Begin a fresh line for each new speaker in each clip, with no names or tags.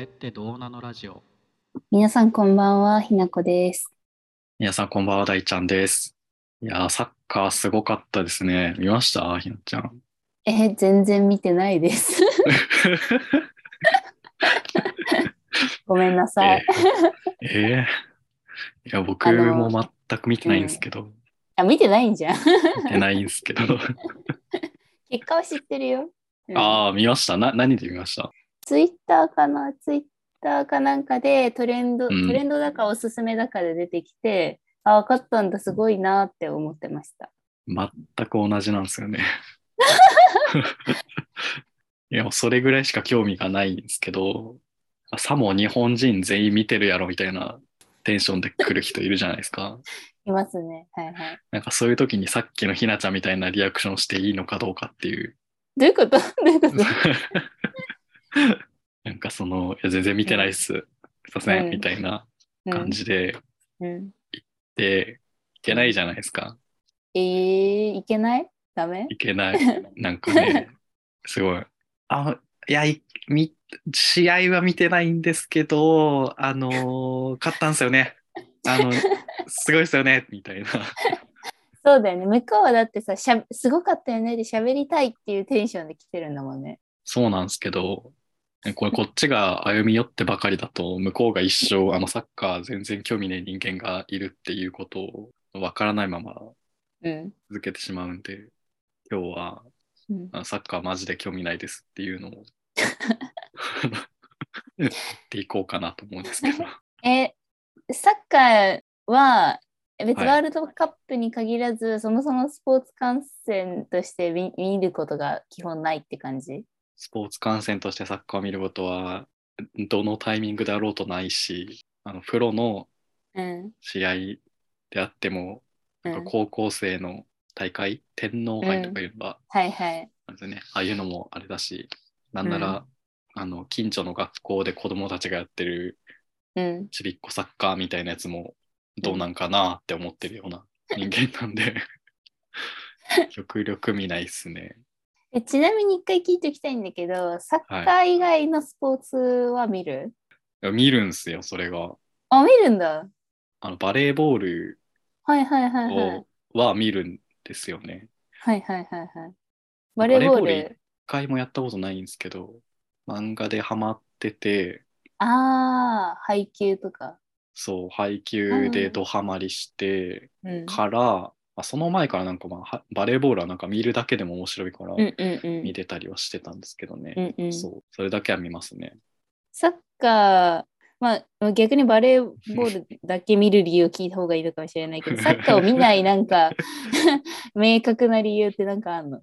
ってどうなのラジオ。
皆さんこんばんは、ひなこです。
皆さんこんばんは、大ちゃんです。いやー、サッカーすごかったですね。見ましたひなちゃん。
えー、全然見てないです。ごめんなさい。
えー、 えーいや、僕
あの
も全く見てないんですけど、
あ、見てないんじ ゃん。
見てないんです けど。
結果は知ってるよ。うん
ああ、見ました。な、何で見ました
ツイッターかなツイッターかなんかでトレン
う
ド、
ん
トレンドだかおすすめだかで出てきて、あ、分かったんだ、すごいなって思ってました。
全く同じなんですよ ね。いや、もうそれぐらいしか興味がないんですけど、さも日本人全員見てるやろみたいなテンションで来る人いるじゃないですか。
いますね。はいはい。
なんかそういう時にさっきのひなちゃんみたいなリアクションしていいのかどうかって いう。
どういうことどういうこと
なんかその、いや全然見てないっす。すいませ
うん
ん、みたいな
うん
感じで、
うん、
で、いけないじゃないですか。
えー、いけないダメ
いけない。なんかね、すごい。あ、いや、いみ試合は見てないんですけど、あのー勝ったんですよね。あの、すごいですよね、みたいな。
そうだよね。向こうはだってさ、しゃすごかったよねで喋りたいっていうテンションで来てるんだもんね。
そうなんですけど、これこっちが歩み寄ってばかりだと、向こうが一生、あの、サッカー全然興味ない人間がいるっていうことをわからないまま
うん。
続けてしまうんで、今日は
うん
あサッカーマジで興味ないですっていうのを言っていこうかなと思うんですけど。
え、サッカーは別に
はい
ワールドカップに限らず、そもそもスポーツ観戦として見見ることが基本ないって感じ
スポーツ観戦としてサッカーを見ることは、どのタイミングであろうとないし、あのプロの
うん。
試合であっても、
う
なんか
ん、
高校生の大会、天皇杯とかいうのが
はいはい。
あれだね、ああいうのもあれだし、なんなら、あの近所の学校で子供たちがやってる
うん。
ちびっこサッカーみたいなやつもどうなんかなって思ってるような人間なん で極力見ないっすね。
えちなみに一回聞いておきたいんだけど、サッカー以外のスポーツは見る、
見るんすよそれが。
あ、見るんだ。
あのバレーボール
はいはいはいはい
を。は見るんですよね。
はいはいはいはい。バレーボール。
バレーボール一回もやったことないんですけど漫画でハマってて
ああ、配給とか。
そう配給でドハマりして
うん。
から、まあ、その前からなんか、まあは、バレーボールはなんか見るだけでも面白いから
うんうんうん
見てたりはしてたんですけどね。
うんうん
そうそれだけは見ますね。
サッカー、まあ逆にバレーボールだけ見る理由を聞いた方がいいのかもしれないけ ど、サッカーを見ないなん か明確な理由ってなんかあんの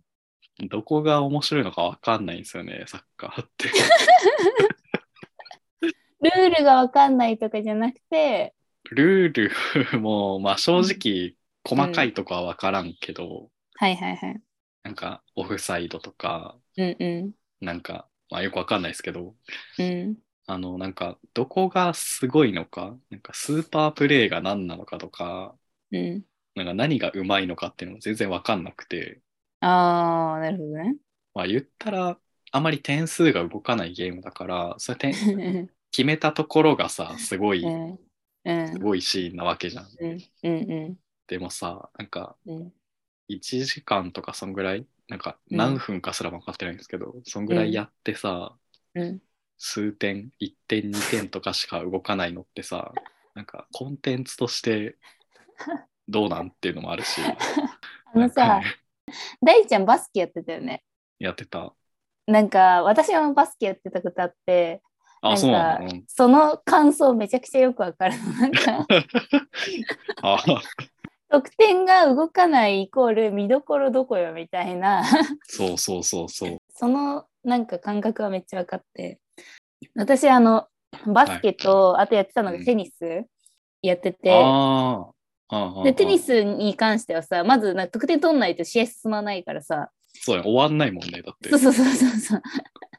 どこが面白いのかわかんないんですよね、サッカーって。
ルールがわかんないとかじゃなくて、
ルールも、まあ正直、細かいとこはわからんけど、
はいはいはい。
なんかオフサイドとか、
うんう
なんか、まあよくわかんないですけど、
ん。うん。
あの、なんか、どこがすごいのか、なんかスーパープレイが何なのかとか、
う
なんか何がうまいのかっていうのも全然わかんなくて、
ん。ああ、なるほどね。
まあ言ったら、あまり点数が動かないゲームだから、それ点決めたところがさ、す ごい、
うん。うん。
すごいシーンなわけじゃん。
うん。うん。
でもさ、なんか、
うん。
1時間とかそんぐらいなんか
うん
何分かすら分かってないんですけど、そんぐらいやってさ、
うん。
数点1点2点とかしか動かないのって さなんかコンテンツとしてどうなんっていうのもあるし
あの
なん
さ
か、ね
大ちゃんバスケやってたよね。
やってた
なんか私もバスケやってたことあって、
あそう
な
なんの
か
うん
その感想めちゃくちゃよくわかるの。なんか
あ
得点が動かないイコール見どころどこよみたいな
そうそうそうそう
そのなんか感覚はめっちゃ分かって私あのバスケと、あとやってたのがテニスやってて、
あーあーあ
でテニ
ス
スに関してはさまずなんか得点取んないと試合進まないからさ
そうや終わんないもんねだって
そうそうそうそうそう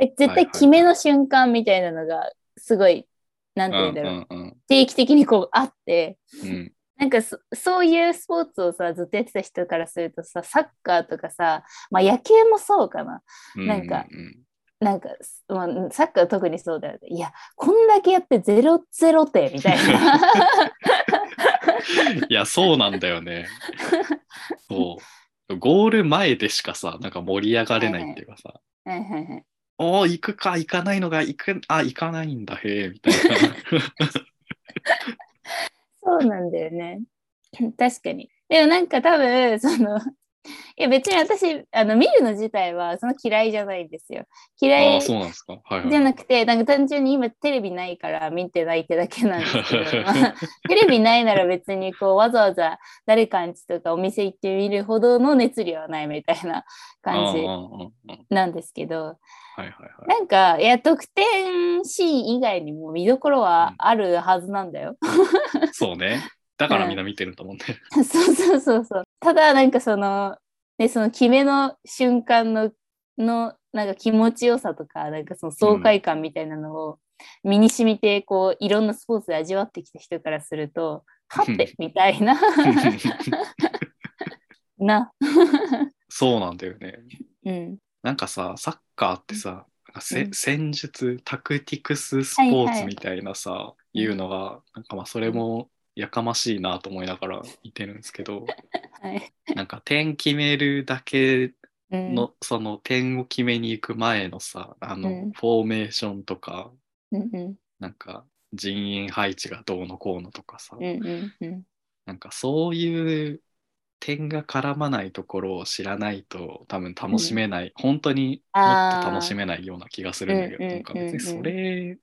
え絶
はいは
対
い
決めの瞬間みたいなのがすごいなんて言うんだろう、
うんうん
定期的にこうあって。
うんうん
なんかそそういうスポーツをさずっとやってた人からするとさサッカーとかさ、まあ、野球もそうかな
う
なんか
うん
なんか、まあ、サッカー特にそうだよね。いや、こんだけやって0-0点みたいな。
いや、そうなんだよね。そう。ゴール前でしかさ、なんか盛り上がれないっていうかさ、
はいはいはい。
おお、行くか、行かないのが、行く、あ、行かないんだ、へえ、みたいな。
そうなんだよね。確かに。でもなんか多分、その、いや別に私、あの、見るの自体はその嫌いじゃないんですよ。嫌
あ
い
あ、そ
じ
うなんですか。はい、はい。
ゃなくて、なんか単純に今テレビないから見てないってだけなんです けど、まあテレビないなら別にこうわざわざ誰かんちとかお店行ってみるほどの熱量はないみたいな感
うん
じ
うんうんうん
なんですけど、
はいはいはい。
なんか、いや、得点シーン以外にも見どころはあるはずなんだよ。
そうね。だからみんな見てるんだもんね。
そうそうそうそう。ただなんかそのねその決めの瞬間ののなんか気持ちよさとかなんかその爽快感みたいなのを身に染みてこういろんなスポーツで味わってきた人からすると勝ってみたいな な。
そうなんだよね。
うん。
なんかさ、サッカーってさ、なんかせ
うん
戦術、タクティクスス
はい
ポー
は
ツ
い
みたいなさ、い、うのが、なんかまあそれもやかましいなと思いながら見てるんですけど、
はい。
なんか点決めるだけ
うん
の、その点を決めに行く前のさ、あの、
うん
フォーメーションとか、
うんうん
なんか人員配置がどうのこうのとかさ、
うんうんうん
なんかそういう点が絡まないところを知らないと多分楽しめない、本当にもっと楽しめないような気がするんだけど、
あー
なんか別
うん
に
うんうん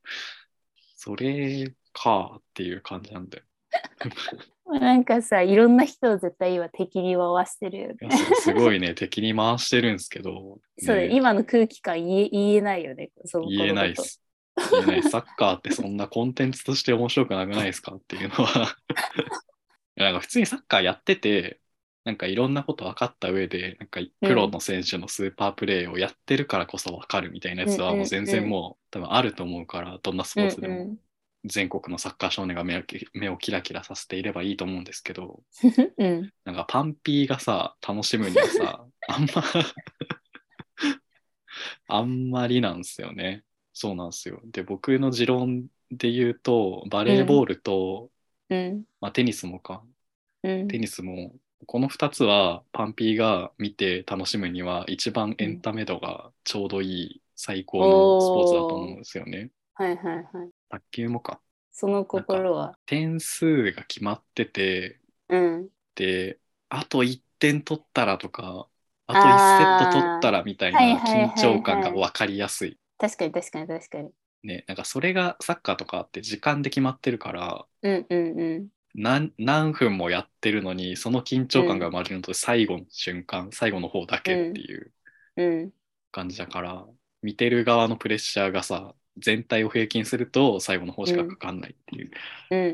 それ、それかっていう感じなんだよ。
なんかさいろんな人を絶対今敵に回してるよ
い
ね。
やそうすごいね、 敵に回してるんですけど、
そうだよ
ね
今の空気感言え言えないよね。そのこの
言えないで
こと
す。言えないサッカーってそんなコンテンツとして面白くなくないですかっていうのは いやなんか普通にサッカーやっててなんかいろんなこと分かった上でなんかプロの選手のスーパープレーをやってるからこそ分かるみたいなやつ
うんう
は
んうん
もう全然もう多分あると思うからどんなスポーツで
うんう
も
ん
全国のサッカー少年が目をき目をキラキラさせていればいいと思うんですけど
うん、
なんかパンピーがさ楽しむにはさ あんま あんまりなんですよね。そうなんですよ。で僕の持論で言うとバレーボールと、
うん、
まあ、テニスもか
うん
テニスもこの2つはパンピーが見て楽しむには一番エンタメ度がちょうどいい最高のスポーツだと思うんですよね。
はいはいはい。
卓球もか。
その心は。
点数が決まってて
うん。
であと1点取ったらとかあと
あー
1セット取ったらみたい
はい
な
はいはいはい
緊張感が分かりやすい。
確かに確かに確かに。
ね、なんかそれがサッカーとかって時間で決まってるから
うんうんうん。
何何分もやってるのにその緊張感が生まれるのと最後の瞬間、最後の方だけっていう
うん
感じだから、見てる側のプレッシャーがさ全体を平均すると最後の方しかかかんないっていう、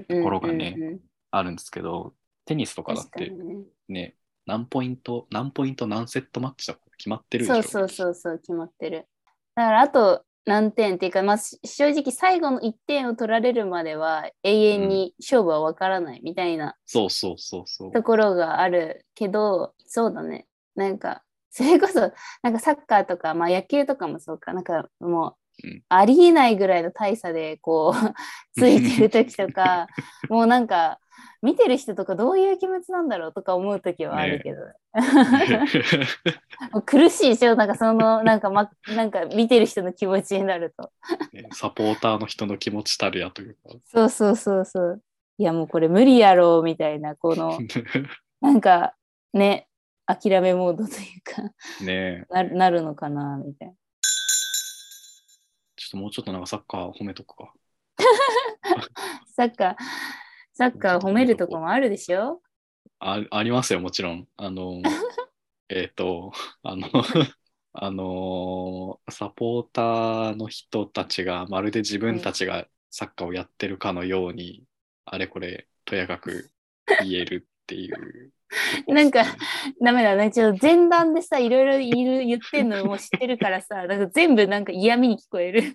うんうん。
ところがね
うんうん。
あるんですけどテニスとかだっ
確か
て
にね。
ね何ポイント何ポイント何セットマッチとか決まってるでしょ
そうそうそうそう、決まってる。だからあと何点っていうか、まあ、し正直最後の1点を取られるまでは永遠に勝負は分からないみたいな
そうそうそうそう。
ところがあるけど、そうだね。なんか、それこそ、なんかサッカーとか、まあ野球とかもそうか、なんかもう
うん、
ありえないぐらいの大差で、こう、ついてる時とか、もうなんか、見てる人とかどういう気持ちなんだろうとか思う時はあるけど、もう苦しいでしょ、なんかその、なんか、ま、なんか見てる人の気持ちになると。
ねサポーターの人の気持ちたるやというか。
そうそうそうそう。いや、もうこれ無理やろう、みたいな、この、なんか、ね、諦めモードというか。
ねえ
なるなるのかなみたいな。
ちょっともうちょっとなんかサッカー褒めとくか。
サッカー、サッカー褒めるとこもあるでしょ
あありますよ、もちろん。あ の、えっと、あの、 あのサポーターの人たちがまるで自分たちがサッカーをやってるかのように、あれこれとやかく言えるっていうとこですね、
なんかダメだね。ちょっと前段でさ、いろいろいる言ってんのも知ってるからさ、 なんか全部なんか嫌味に聞こ える。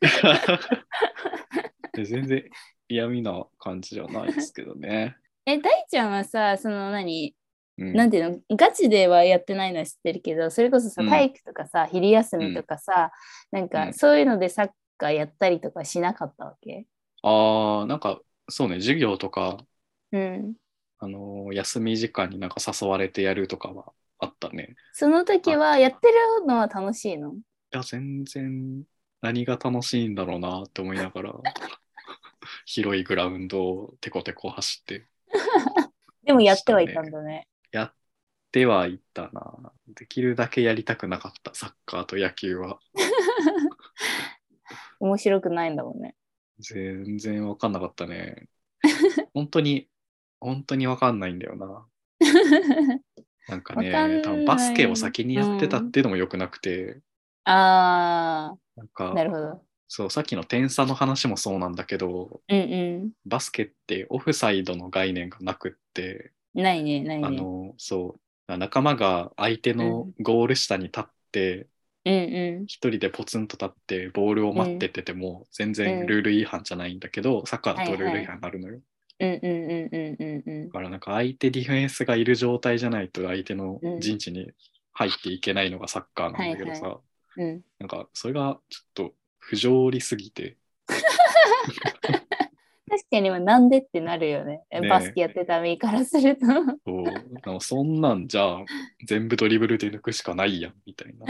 で 全然嫌味な感じじゃないですけどね。
え、大ちゃんはさ、その何
うん
なんていうのガチではやってないのは知ってるけどそれこそさ
うん
体育とかさ、昼休みとかさ、なん
う
か
ん
そういうのでサッカーやったりとかしなかったわけ
ああ、なんか、そうね、授業とか、
うん
あのー休み時間になんか誘われてやるとかはあったね。
その時はやってるのは楽しいの
いや、全然何が楽しいんだろうなって思いながら、 広いグラウンドをテコテコ走って、
でもやってはいたんだね
やってはいったな。できるだけやりたくなかった、サッカーと野球は。
面白くないんだもんね
全然わかんなかったね。 本当に、本当にわかんないんだよ な。なんかね、
わかんない
多分バスケを先にやってたっていうのも良くなくて、
あ
なん
あ
か、
なるほど
そう、さっきの点差の話もそうなんだけど、
うんう
バスケってオフサイドの概念がなくって、
んないねないね
あの、そう、仲間が相手のゴール下に立って、
うんう
一人でポツンと立ってボールを待っててても、全
う
然
ん
ルール違反じゃないんだけど、サッカーだとルール違反になるのよ。
んうんうんうんうんうん
だからなんか相手ディフェンスがいる状態じゃないと相手の陣地に入っていけないのがサッカーなんだけどさ、
はうんうん
なんかそれがちょっと不条理すぎて、
確かになんでってなるよね
ねえ
バスケやってた身からすると
そうなんかそんなんじゃあ全部ドリブルで抜くしかないやんみたいな。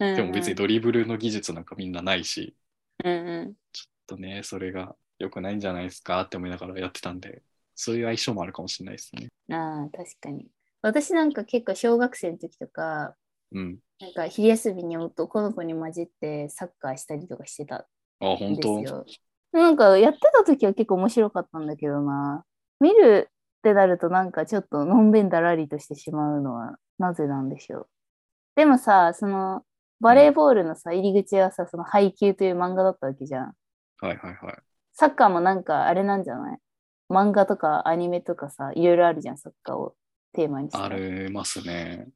で
で
も別にドリブルの技術なんかみんなないし、
うんうん
ちょっとね、それが良くないんじゃないですかって思いながらやってたんで、そういう相性もあるかもしれないですね。
ああ確かに私なんか結構小学生の時とか
うん。
なんか昼休みに男の子に混じってサッカーしたりとかしてた
あ、
ん
本
です
当
よなんかやってた時は結構面白かったんだけどな見るってなるとなんかちょっとのんべんだらりとしてしまうのはなぜなんでしょうでもさそのバレーボールのさ入り口はさその配球という漫画だったわけじゃん
はいはいはい。
サッカーもなんかあれなんじゃない漫画とかアニメとかさいろいろあるじゃんサッカーをテーマにして
ありますね。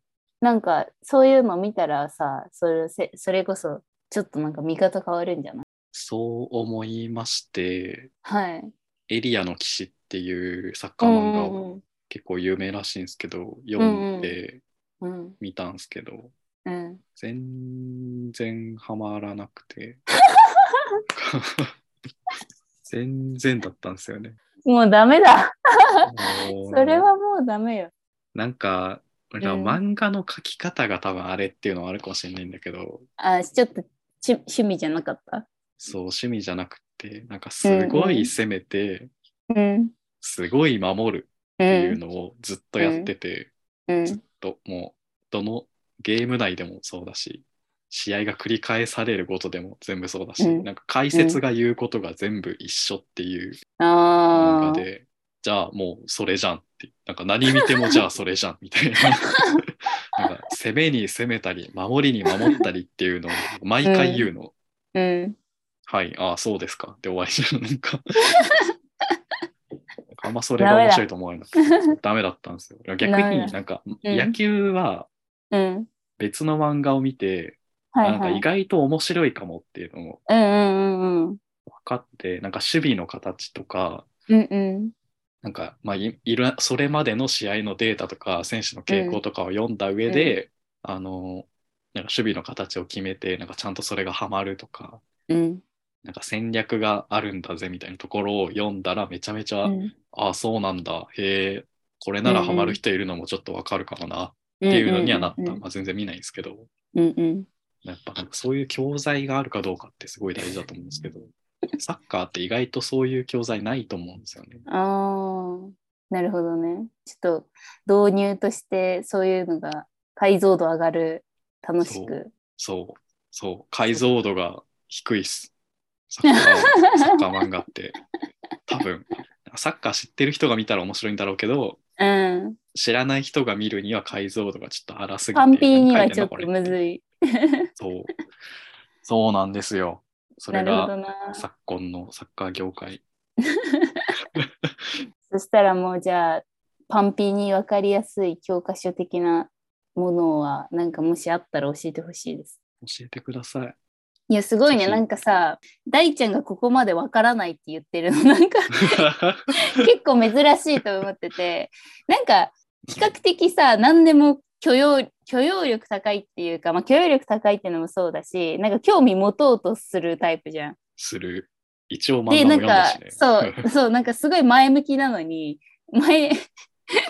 なんかそういうの見たらさそれせそれこそちょっとなんか見方変わるんじゃない
そう思いまして、
はい。
エリアの騎士っていうサッカー漫画
うんうん
を結構有名らしいんですけど、読んで
うん
みたんですけど、
うん
全然ハマらなく て。全然だったんですよね。
もうダメだ。
もう
それはもうダメよ。
なんか、なんか
うん
漫画の描き方が多分あれっていうのはあるかもしれないんだけど、
あ、ちょっとち趣味じゃなかった。
そう、趣味じゃなくて、なんかすご
うんう
い
ん
攻めて、
うん。
すごい守る
う。
っていうんのをずっとやってて、
うん
ずっともう、どのゲーム内でもそうだし、試合が繰り返されることでも全部そうだし、
うん
なんか解説が言うことが全部一緒っていう漫画
ああ。
で、じゃあもうそれじゃんって、なんか何見てもじゃあそれじゃんみたいな。なんか攻めに攻めたり、守りに守ったりっていうのを毎回言うの。
うん。
はい、ああ、そうですか。で終わりじゃん。なんか。あんまそれが面白いと思わなくて、ダメだったんですよ。逆
ダメ
に
だ
なんか
うん
野球は
うん。
別の漫画を見て、
は
あ
い
なん
は
か意
い。
外と面白いかもっていうのも
うんうんうんうん。
分かって、なんか守備の形とか、
うんうん。
なんか、まあ、いいろそれまでの試合のデータとか選手の傾向とかを読んだ上で、あのなんか守備の形を決めてなんかちゃんとそれがハマるとか
うん。
なんか戦略があるんだぜみたいなところを読んだらめちゃめちゃ、
うん。
ああそうなんだへえこれならハマる人いるのもちょっとわかるかもな
て
っていうのにはなった、
うん
まあ、全然見ないんですけど
うんうん。
やっぱなんかそういう教材があるかどうかってすごい大事だと思うんですけ どサッカーって意外とそういう教材ないと思うんですよね。
ああ。なるほどね。ちょっと導入としてそういうのが解像度上がる。楽しく。
そう、そう、解像度が低いっす。サッカーサッカー漫画って。 多分、サッカー知ってる人が見たら面白いんだろうけど、
うん。
知らない人が見るには解像度がちょっと荒すぎて。
パンピー
何
に
書
はい
てん
ちょ
の
っと
これ
むずい。
そう。そうなんですよ。そ
な
れ
るほど
が
な。
昨今のサッカー業界。
そしたらもうじゃあパンピーに分かりやすい教科書的なものはなんかもしあったら教えてほしいです。
教えてくださ い。
いやすごい
ぜ
ね
ひ
なんかさ大ちゃんがここまで分からないって 言ってるのなんか結構珍しいと思っててなんか比較的さ何でも許容許容力高いっていうか、まあ、許容力高いっていうのもそうだしなんか興味持とうとするタイプじゃん。
する。一応漫画も
でなん
読んだ
か
しね。
そうそうなんかすごい前向きなのに前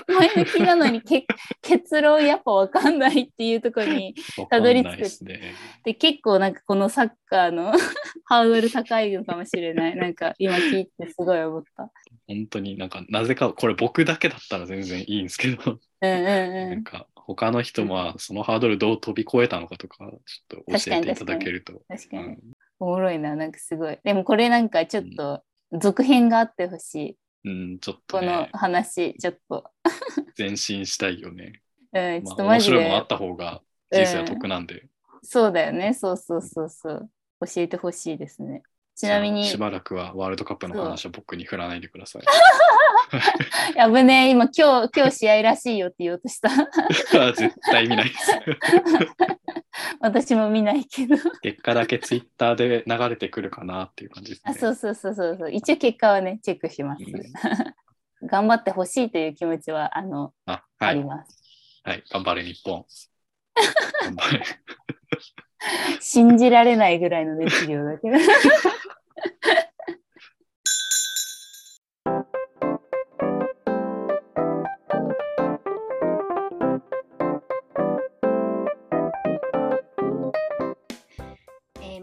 前向きなのにけ結論やっぱ分かんないっていうところに
わか
た
ん
どり着く
ないですね。
で結構なんかこのサッカーの ハードル高いのかもしれないなんか今聞いてすごい思った。
本当になんか、なぜか、これ僕だけだったら全然いいんですけど、
うんうん
な
うん
か、他の人はそのハードルどう飛び越えたのかとか、ちょっと教えていただけると。
ん確か
う
に
ん
おもろいななんかすごいでもこれなんかちょっと続編があってほしい、
うん、ちょっと
この
ね、
話ちょっと、
前進したいよね。
うん
ま
ちょっ
あ、
とマ
面
ジ
白い
で、
もんあった方が人生は得なんで。
そうだよねそうそうそうそう教えてほしいですねちなみに
じゃあしばらくはワールドカップの話は僕に振らないでください。
やぶねえ今今日今日試合らしいよって言おうとした
あ絶対見ないです。
私も見ないけど
結果だけツイッターで流れてくるかなっていう感じですね。
あそうそうそうそうそう一応結果はねチェックします、
うん
頑張ってほしいという気持ちはあの、
あ
あ
は
り
い、
ます
はい、頑張れ日 本。頑張れ。
信じられないぐらいの熱量だけど
えー